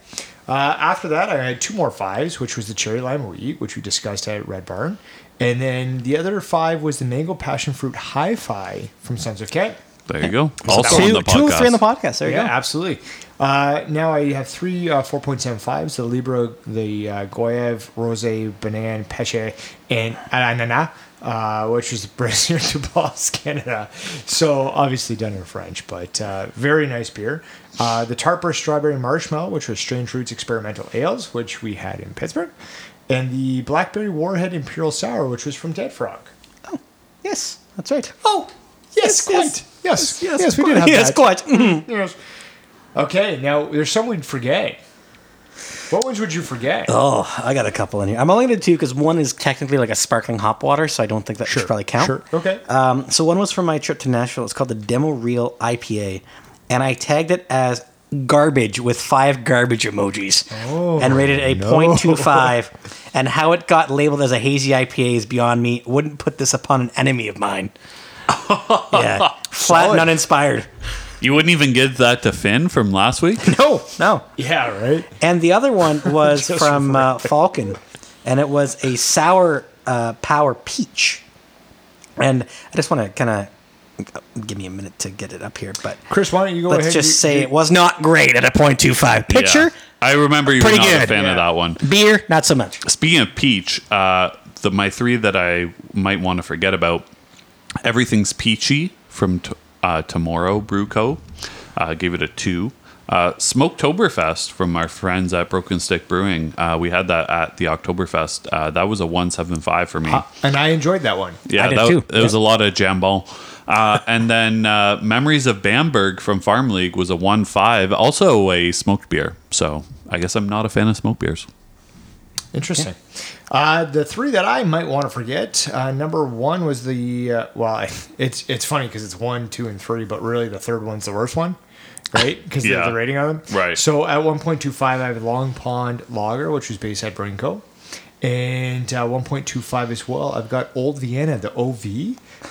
Speaker 2: Uh, after that, I had two more fives, which was the cherry lime wheat, which we discussed at Red Barn, and then the other five was the mango passion fruit hi-fi from Sons of Kent.
Speaker 1: There you go.
Speaker 3: Two,
Speaker 1: Also on the podcast.
Speaker 3: two or three on the podcast. There you
Speaker 2: Yeah,
Speaker 3: go.
Speaker 2: absolutely. Uh, now I have three uh, 4.75s the Libra, the uh, Goyev, Rose, Banan, Peche, and Anana, uh, which is [laughs] Brasier de Boss, Canada. So obviously done in French, but uh, very nice beer. Uh, the Tarper Strawberry Marshmallow, which was Strange Roots Experimental Ales, which we had in Pittsburgh. And the Blackberry Warhead Imperial Sour, which was from Dead Frog.
Speaker 3: Yes, that's right.
Speaker 2: Oh, yes,
Speaker 3: yes,
Speaker 2: quite. Yes, yes, we did have
Speaker 3: yes,
Speaker 2: that.
Speaker 3: quite. Mhm.
Speaker 2: Yes. Okay, now there's some we'd forget. What ones would you forget?
Speaker 3: [clears throat] oh, I got a couple in here. I'm only going to do because one is technically like a sparkling hop water, so I don't think that should probably count.
Speaker 2: Sure. Okay.
Speaker 3: Um, so one was from my trip to Nashville. It's called the Demo Reel IPA, and I tagged it as garbage with five garbage emojis
Speaker 2: Oh,
Speaker 3: and rated a
Speaker 2: [laughs]
Speaker 3: 0.25 and how it got labeled as a hazy IPA is beyond me wouldn't put this upon an enemy of mine
Speaker 2: [laughs]
Speaker 3: yeah flat and
Speaker 2: Solid.
Speaker 3: uninspired
Speaker 1: You wouldn't even give that to Finn from last week?
Speaker 2: no.
Speaker 3: no
Speaker 2: Yeah, right.
Speaker 3: and the
Speaker 2: [laughs]
Speaker 3: other one was
Speaker 2: Just
Speaker 3: from uh, Falcon, and it was a sour uh, power peach. And I just want to kind of give me a minute to get it up here, but
Speaker 2: Chris, why don't you go
Speaker 3: let's
Speaker 2: ahead?
Speaker 3: just
Speaker 2: You-
Speaker 3: say
Speaker 2: you-
Speaker 3: it was not great at a .25
Speaker 1: Yeah.
Speaker 3: pitcher.
Speaker 1: I remember you were
Speaker 3: Pretty
Speaker 1: not a
Speaker 3: good,
Speaker 1: fan
Speaker 2: yeah.
Speaker 1: of that one.
Speaker 3: Beer, not so much.
Speaker 1: Speaking of peach, uh, the my three that I might want to forget about. Everything's peachy from t- uh, Tomorrow Brew Co. Uh, gave it a two. Uh, Smoketoberfest from our friends at Broken Stick Brewing. Uh, we had that at the Oktoberfest. Uh, that was a one seven five for me.
Speaker 2: and I enjoyed that one.
Speaker 1: yeah,
Speaker 3: I did
Speaker 1: that,
Speaker 3: too.
Speaker 1: it was a lot of jambon. Uh, and then uh, Memories of Bamberg from Farm League was a 1 5, also a smoked beer. So I guess I'm not a fan of smoked beers.
Speaker 2: Interesting. Uh, the three that I might want to forget. Uh, number one was the uh, well, I- it's it's funny because it's one, two, and three, but really the third one's the worst one,
Speaker 1: [laughs]
Speaker 2: right? Because
Speaker 1: Yeah.
Speaker 2: the rating on them.
Speaker 1: Right.
Speaker 2: So at one point two five, I have Long Pond Lager, which was based at Brinco. And uh, 1.25 as well. I've got Old Vienna, the OV.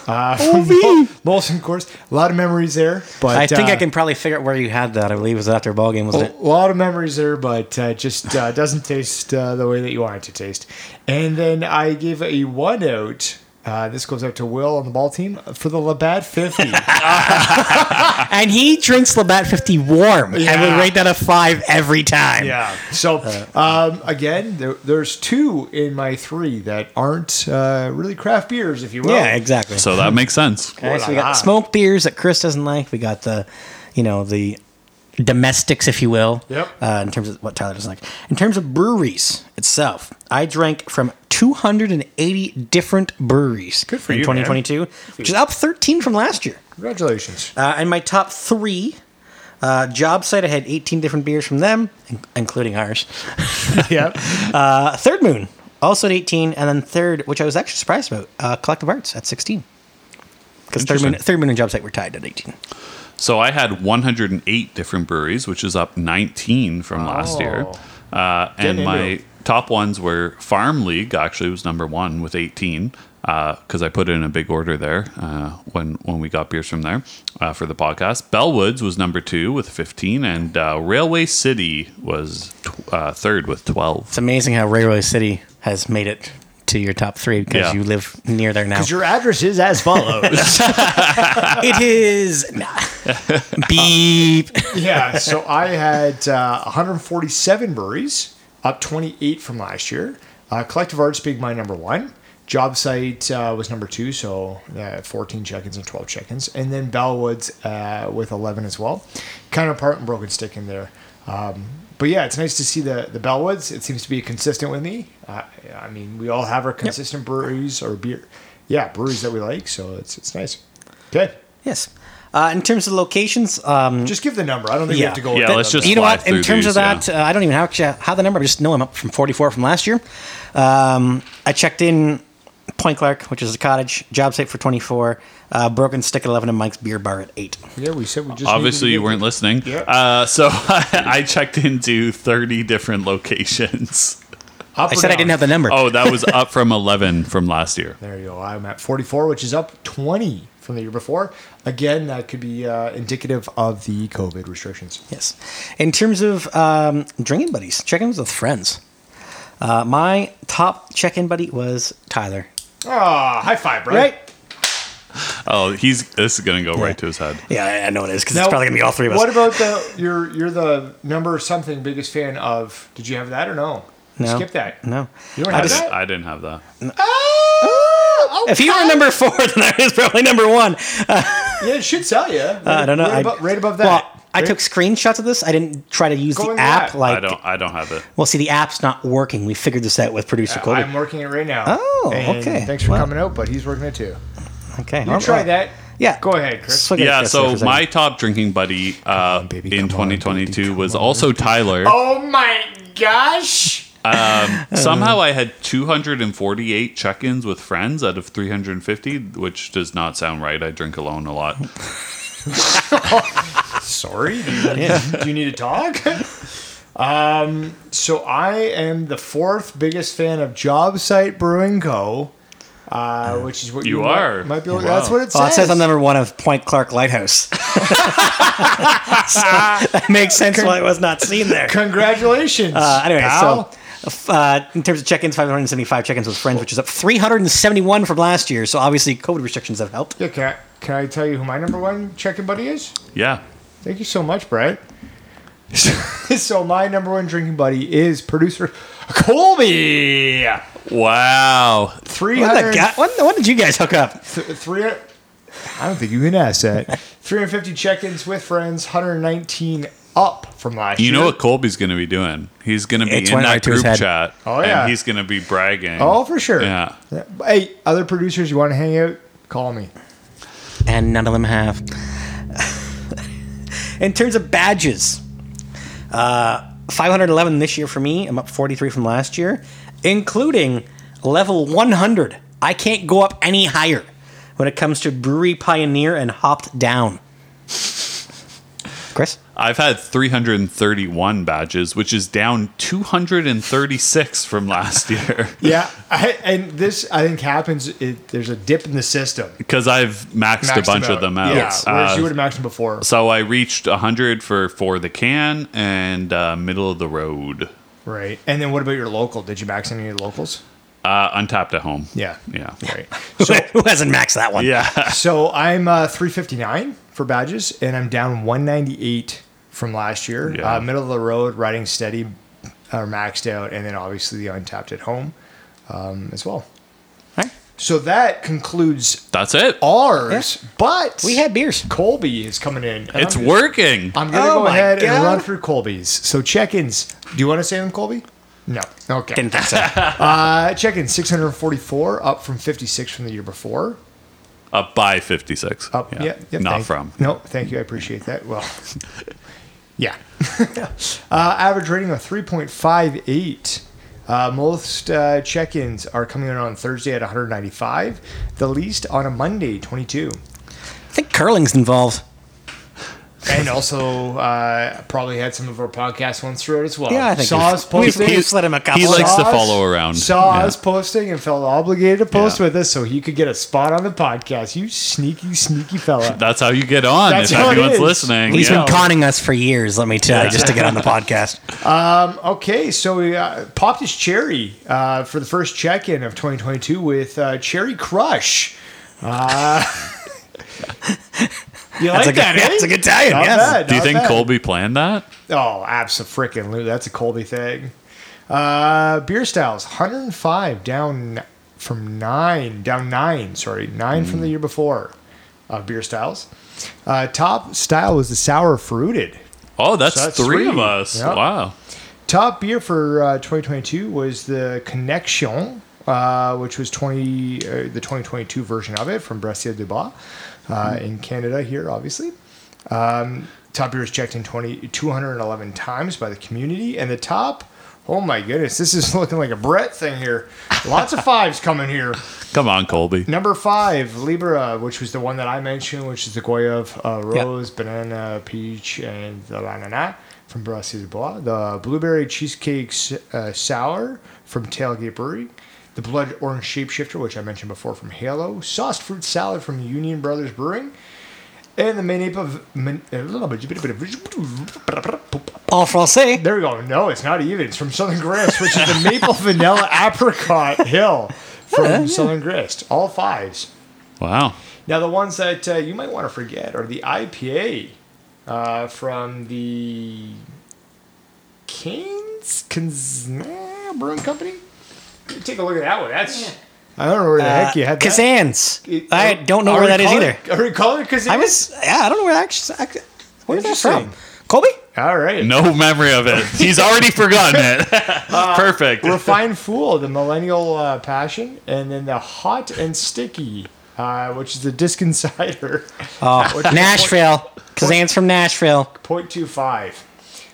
Speaker 2: Uh, [laughs] OV! Molson Course. A lot of memories there. But
Speaker 3: I think
Speaker 2: uh, Oh,
Speaker 3: I can probably figure out where you had that. I believe it was after a ball game, wasn't
Speaker 2: a lot of memories there, but uh, just
Speaker 3: [laughs]
Speaker 2: uh, doesn't taste uh, the way that you want it to taste. And then I give a one out. Uh, this goes out to Will on the ball team for the Labatt 50.
Speaker 3: [laughs] it? And he drinks Labatt 50 warm, and
Speaker 2: Yeah.
Speaker 3: would rate that a five every time.
Speaker 2: yeah. So,
Speaker 3: Uh.
Speaker 2: um, again, there, there's two in my three that aren't uh, really craft beers, if you will.
Speaker 3: Yeah, exactly.
Speaker 1: So that makes sense.
Speaker 3: All right, so we
Speaker 2: Ah.
Speaker 3: got smoked beers that Chris doesn't like. We got the, you know, the domestics, if you will.
Speaker 2: Yep.
Speaker 3: Uh, in terms of what Tyler doesn't like. In terms of breweries itself, I drank from 280 different breweries. Good
Speaker 2: for
Speaker 3: in
Speaker 2: you, man.
Speaker 3: 2022, which is up 13 from last year.
Speaker 2: Congratulations.
Speaker 3: Uh, and my top three. Uh, job site, I had 18 different beers from them, in- including [laughs] ours.
Speaker 2: yep.
Speaker 3: [laughs] Uh, Third Moon, also at 18. And then third, which I was actually surprised about, uh, Collective Arts at 16. Because Third Moon,
Speaker 1: Interesting.
Speaker 3: Third Moon and Job Site were tied at 18.
Speaker 1: So I had 108 different breweries, which is up 19 from last year. Uh, and
Speaker 2: Getting
Speaker 1: my
Speaker 2: into it.
Speaker 1: top ones were Farm League. Actually, was number one with 18 because I put in a big order there uh, when when we got beers from there uh, for the podcast. Bellwoods was number two with 15, and uh, Railway City was tw- uh, third with 12.
Speaker 3: It's amazing how Railway City has made it to your top three because
Speaker 1: Yeah.
Speaker 3: you live near there now.
Speaker 2: Because your address is as follows.
Speaker 3: it is nah. [laughs] beep.
Speaker 2: yeah. So I had uh, 147 breweries, up 28 from last year. Uh, Collective Arts being my number one. Job site uh, was number two, so uh, 14 check-ins and 12 check-ins, and then Bellwoods uh, with 11 as well. Kind of part and broken stick in there, um, but yeah, it's nice to see the the Bellwoods. It seems to be consistent with me. Uh, I mean, we all have our consistent breweries or beer, yeah, breweries that we like, so it's it's nice. Okay,
Speaker 3: Yes. Uh, in terms of locations, um,
Speaker 2: just give the number. I don't think we
Speaker 3: Yeah.
Speaker 2: have to go.
Speaker 1: Yeah,
Speaker 2: with
Speaker 1: let's
Speaker 2: that number.
Speaker 1: just
Speaker 3: you know
Speaker 1: fly
Speaker 3: what? In
Speaker 1: through
Speaker 3: terms
Speaker 1: these,
Speaker 3: of that, uh, I don't even know how, how the number. I just know I'm up from 44 from last year. Um, I checked in Point Clark, which is a cottage, job site for 24, uh, Broken Stick at 11, and Mike's Beer Bar at 8.
Speaker 2: Yeah, we said we just.
Speaker 1: Obviously, you weren't listening.
Speaker 2: Yeah.
Speaker 1: Uh, so [laughs] I checked into 30 different locations.
Speaker 3: I said I didn't have the number.
Speaker 1: Oh, that was up from 11 from last year.
Speaker 2: There you go. I'm at 44, which is up 20 from the year before. Again, that could be uh, indicative of the COVID restrictions.
Speaker 3: Yes. In terms of um, drinking buddies, check ins with friends. Uh, my top check in buddy was Tyler.
Speaker 2: Ah, high five, bro.
Speaker 3: Right?
Speaker 1: Oh, he's this is gonna go
Speaker 3: Yeah.
Speaker 1: right to his head.
Speaker 3: Yeah, I- I know it is because
Speaker 2: Now,
Speaker 3: it's probably going to be all three of us.
Speaker 2: What about the you're you're the number something biggest fan of? Did you have that or no?
Speaker 3: No.
Speaker 2: Skip that.
Speaker 3: No.
Speaker 2: You don't
Speaker 3: I
Speaker 2: have
Speaker 3: just-
Speaker 2: that.
Speaker 1: I didn't have that.
Speaker 2: Ah,
Speaker 3: If you were
Speaker 2: okay.
Speaker 3: number four, [laughs] then I was probably number one.
Speaker 2: yeah, it should sell you. Right,
Speaker 3: Uh, I don't know.
Speaker 2: Right,
Speaker 3: I,
Speaker 2: above, right above that.
Speaker 3: Well, I
Speaker 2: Right-
Speaker 3: took screenshots of this. I didn't try to use
Speaker 2: Go
Speaker 3: the
Speaker 2: into
Speaker 3: app.
Speaker 2: that.
Speaker 1: I
Speaker 3: Like,
Speaker 1: don't. I don't have it.
Speaker 3: well, see, the app's not working. We figured this out with producer Colby.
Speaker 2: I'm working it right now.
Speaker 3: Oh,
Speaker 2: And
Speaker 3: okay.
Speaker 2: Thanks for
Speaker 3: Well.
Speaker 2: coming out, but he's working it too.
Speaker 3: okay,
Speaker 2: You try that.
Speaker 3: Yeah,
Speaker 2: Go ahead, Chris.
Speaker 3: Swig it,
Speaker 1: Yeah.
Speaker 3: Chris,
Speaker 1: So
Speaker 3: for a second.
Speaker 1: my top drinking buddy uh,
Speaker 2: on, baby,
Speaker 1: in
Speaker 2: come on,
Speaker 1: 2022
Speaker 2: baby,
Speaker 1: was
Speaker 2: come on.
Speaker 1: also Tyler. Um,
Speaker 2: Oh my gosh. [laughs]
Speaker 1: Somehow I had 248 check-ins with friends out of 350, which does not sound right. I drink alone a lot.
Speaker 2: Sorry, do you, do you need to talk? [laughs] um, so I am the fourth biggest fan of Job Site Brewing Co. Uh, which is what
Speaker 1: You
Speaker 2: you,
Speaker 1: are.
Speaker 2: Might, might be. That's what it says.
Speaker 3: Well, Oh, it says I'm number one of Point Clark Lighthouse. [laughs] so that makes sense why it was not seen there.
Speaker 2: Congratulations.
Speaker 3: Uh, anyway,
Speaker 2: pal.
Speaker 3: so f- uh, in terms of check-ins, 575 check-ins with friends, which is up 371 from last year. So obviously, COVID restrictions have helped.
Speaker 2: yeah, can I, can I tell you who my number one checking buddy is? [laughs]
Speaker 1: Yeah.
Speaker 2: Thank you so much, Brett. [laughs] so my number one drinking buddy is producer Colby.
Speaker 1: Wow.
Speaker 2: Three
Speaker 3: What,
Speaker 2: hundred
Speaker 3: the guy, what, what did you guys hook up?
Speaker 2: th- three. I don't think you can ask that. 350 check-ins with friends, 119 up from last
Speaker 1: You
Speaker 2: year.
Speaker 1: know what Colby's gonna be doing? He's gonna be
Speaker 3: It's
Speaker 1: in
Speaker 3: went
Speaker 1: that
Speaker 3: right to his
Speaker 1: group
Speaker 3: head.
Speaker 1: chat.
Speaker 2: Oh, yeah.
Speaker 1: And he's gonna be bragging.
Speaker 2: Oh, for sure.
Speaker 1: Yeah. [laughs]
Speaker 2: Hey, other producers, you want to hang out? Call me.
Speaker 3: and none of them have. In terms of badges, uh, 511 this year for me. I'm up 43 from last year, including level 100. I can't go up any higher when it comes to brewery pioneer and hopped down. Chris?
Speaker 1: I've had 331 badges, which is down 236 from last
Speaker 2: [laughs]
Speaker 1: year
Speaker 2: Yeah, I, and this I think happens. It, there's a dip in the system.
Speaker 1: because I've maxed, a
Speaker 2: Maxed
Speaker 1: bunch of them out.
Speaker 2: Yeah, whereas
Speaker 1: Uh,
Speaker 2: you would have maxed them before.
Speaker 1: so I reached 100 for for the can and uh, middle of the road.
Speaker 2: Right. And then what about your local? Did you max any of your locals?
Speaker 1: Uh, untapped at home.
Speaker 2: Yeah.
Speaker 1: Yeah.
Speaker 2: Right. So
Speaker 3: [laughs] Who hasn't maxed that one?
Speaker 1: Yeah. [laughs]
Speaker 2: so I'm uh, 359 for badges, and I'm down 198 from last year.
Speaker 1: Yeah.
Speaker 2: Uh, middle of the road, riding steady, uh, maxed out, and then obviously the untapped at home um, as well.
Speaker 3: All right.
Speaker 2: So that concludes
Speaker 1: That's it.
Speaker 2: ours, but
Speaker 3: We had beers.
Speaker 2: Colby is coming in. and
Speaker 1: It's
Speaker 2: I'm-
Speaker 1: working.
Speaker 2: I'm gonna
Speaker 3: Oh
Speaker 2: go
Speaker 3: my
Speaker 2: ahead and
Speaker 3: God.
Speaker 2: run through Colby's. So check-ins. Do you want to say them, Colby? No. Okay.
Speaker 3: Didn't think so.
Speaker 2: Uh, check-in 644, up from 56 from the year before.
Speaker 1: Up by 56.
Speaker 2: Up. Oh, Yeah. yeah,
Speaker 1: Not
Speaker 2: thank-
Speaker 1: from.
Speaker 2: No, thank you. I appreciate
Speaker 1: [laughs]
Speaker 2: that. Well, yeah. [laughs] uh, average rating of 3.58. Uh, most uh, check-ins are coming in on Thursday at 195. The least on a Monday, 22.
Speaker 3: [laughs] I think curling's involved.
Speaker 1: [laughs]
Speaker 2: And also, uh, probably had some of our podcast ones through it as well.
Speaker 3: Yeah, I think
Speaker 2: Saw us
Speaker 3: we've- we've-
Speaker 2: posting.
Speaker 3: we've let him a couple.
Speaker 1: he likes to
Speaker 2: Saw us-
Speaker 1: follow around.
Speaker 2: Saw
Speaker 1: Yeah.
Speaker 2: us posting and felt obligated to post
Speaker 1: Yeah.
Speaker 2: with us so he could get a spot on the podcast. You sneaky, sneaky fella.
Speaker 1: That's how you get on
Speaker 2: That's
Speaker 1: if
Speaker 2: how it
Speaker 1: anyone's
Speaker 2: is.
Speaker 1: listening.
Speaker 3: He's
Speaker 1: yeah.
Speaker 3: been conning us for years, let me tell you, just to
Speaker 2: [laughs]
Speaker 3: get on the podcast.
Speaker 2: okay, so we uh, popped his cherry uh, for the first check in of 2022 with uh, Cherry Crush. Uh, [laughs] you like
Speaker 3: That's a good-
Speaker 2: that, eh?
Speaker 3: that's a good Italian,
Speaker 2: Not
Speaker 3: yes.
Speaker 2: bad,
Speaker 1: Do you
Speaker 2: not
Speaker 1: think
Speaker 2: bad.
Speaker 1: Colby planned that?
Speaker 2: Oh, absolutely. That's a Colby thing. Uh, beer styles 105 down from nine, down nine, sorry, nine
Speaker 3: Mm.
Speaker 2: from the year before. Uh, beer styles. Uh, top style was the sour fruited.
Speaker 1: Oh, that's,
Speaker 2: So that's
Speaker 1: three, of
Speaker 2: three.
Speaker 1: us.
Speaker 2: Yeah.
Speaker 1: Wow.
Speaker 2: Top beer for uh, 2022 was the Connection, uh, which was 20 uh, the 2022 version of it from Brescia du Bas uh, in Canada here, obviously. Um, top beer was checked in 20, 211 times by the community, and the top. Oh my goodness, this is [laughs] looking like a Brett thing here. Lots of fives coming here.
Speaker 1: Come on, Colby.
Speaker 2: Number five, Libra, which was the one that I mentioned, which is the Goyave uh, Rose, Banana, Peach, and the La Na Na from Brasserie de Bois. The Blueberry Cheesecake S- uh, Sour from Tailgate Brewery. The Blood Orange Shapeshifter, which I mentioned before from Halo. Sauced Fruit Salad from Union Brothers Brewing. And the main ape of. Min- a little bit- bit- bit- bit-
Speaker 3: En français.
Speaker 2: There we go. No, it's not even. It's from Southern Grist, which is the Maple Vanilla Apricot Hill from Southern Grist. All fives.
Speaker 1: Wow.
Speaker 2: Now, the ones that uh, you might want to forget are the IPA uh, from the Canes Cons- eh, Brewing Company. Take a look at that one. That's I don't know where the heck you had that.
Speaker 3: Uh, Kazans.
Speaker 2: It-
Speaker 3: I don't know where that is
Speaker 2: recall
Speaker 3: either.
Speaker 2: it- I recall it Kazan.
Speaker 3: I was, yeah, I don't know where that actually, act- where's that from?
Speaker 2: Interesting.
Speaker 3: Colby?
Speaker 2: all right. [laughs]
Speaker 1: No memory of it. He's already forgotten it.
Speaker 2: Uh,
Speaker 1: Perfect.
Speaker 2: Refined Fool, the Millennial uh, Passion, and then the Hot and Sticky, uh, which is the Disc Insider. [laughs]
Speaker 3: Oh, Nashville. Kazan's from Nashville.
Speaker 2: 0.25.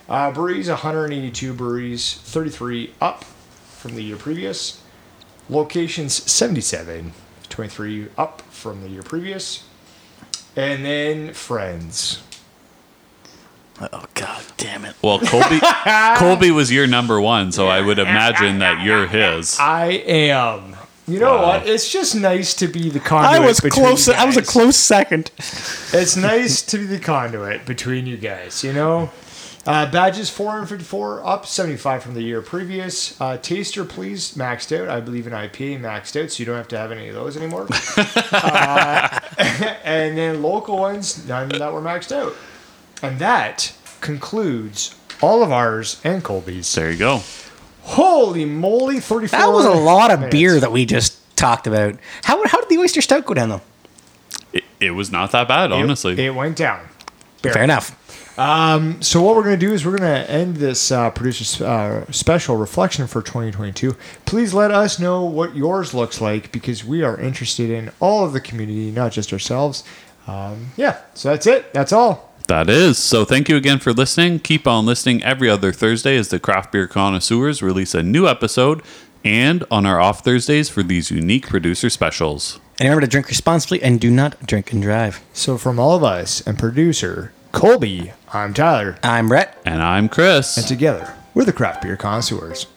Speaker 2: Uh, breweries, 182 breweries, 33 up from the year previous. Locations, 77, 23 up from the year previous. And then friends.
Speaker 3: Oh, God damn it.
Speaker 1: Well,
Speaker 2: [laughs]
Speaker 1: Colby Colby was your number one, so I would imagine that you're his.
Speaker 2: I am. You know
Speaker 1: Wow.
Speaker 2: what? It's just nice to be the
Speaker 3: I
Speaker 2: conduit.
Speaker 3: was
Speaker 2: between
Speaker 3: close.
Speaker 2: you
Speaker 3: I was a
Speaker 2: guys.
Speaker 3: close second.
Speaker 2: It's nice to be the conduit between you guys, you know? Uh, badges 454 up 75 from the year previous. Uh, taster, please, maxed out. I believe in IPA maxed out, so you don't have to have any of those anymore.
Speaker 3: [laughs]
Speaker 2: uh, [laughs] and then local ones, none that were maxed out. And that concludes all of ours and Colby's.
Speaker 1: There you go.
Speaker 2: Holy moly, 34.
Speaker 3: That was a lot of
Speaker 2: minutes.
Speaker 3: beer that we just talked about. How, how did the oyster stout go down though?
Speaker 1: It, it was not that bad, honestly.
Speaker 2: It, it went down.
Speaker 3: Fair enough.
Speaker 2: So what we're going to do is we're going to end this uh, producer's uh, special reflection for 2022. Please let us know what yours looks like because we are interested in all of the community, not just ourselves. Um, yeah, so that's it. That's all.
Speaker 1: That is. So thank you again for listening. Keep on listening every other Thursday as the Craft Beer Connoisseurs release a new episode and on our off Thursdays for these unique producer specials.
Speaker 3: And remember to drink responsibly and do not drink and drive.
Speaker 2: So from all of us and producer Colby, I'm Tyler,
Speaker 3: I'm Brett.
Speaker 1: And I'm Chris.
Speaker 2: and together we're the craft beer connoisseurs.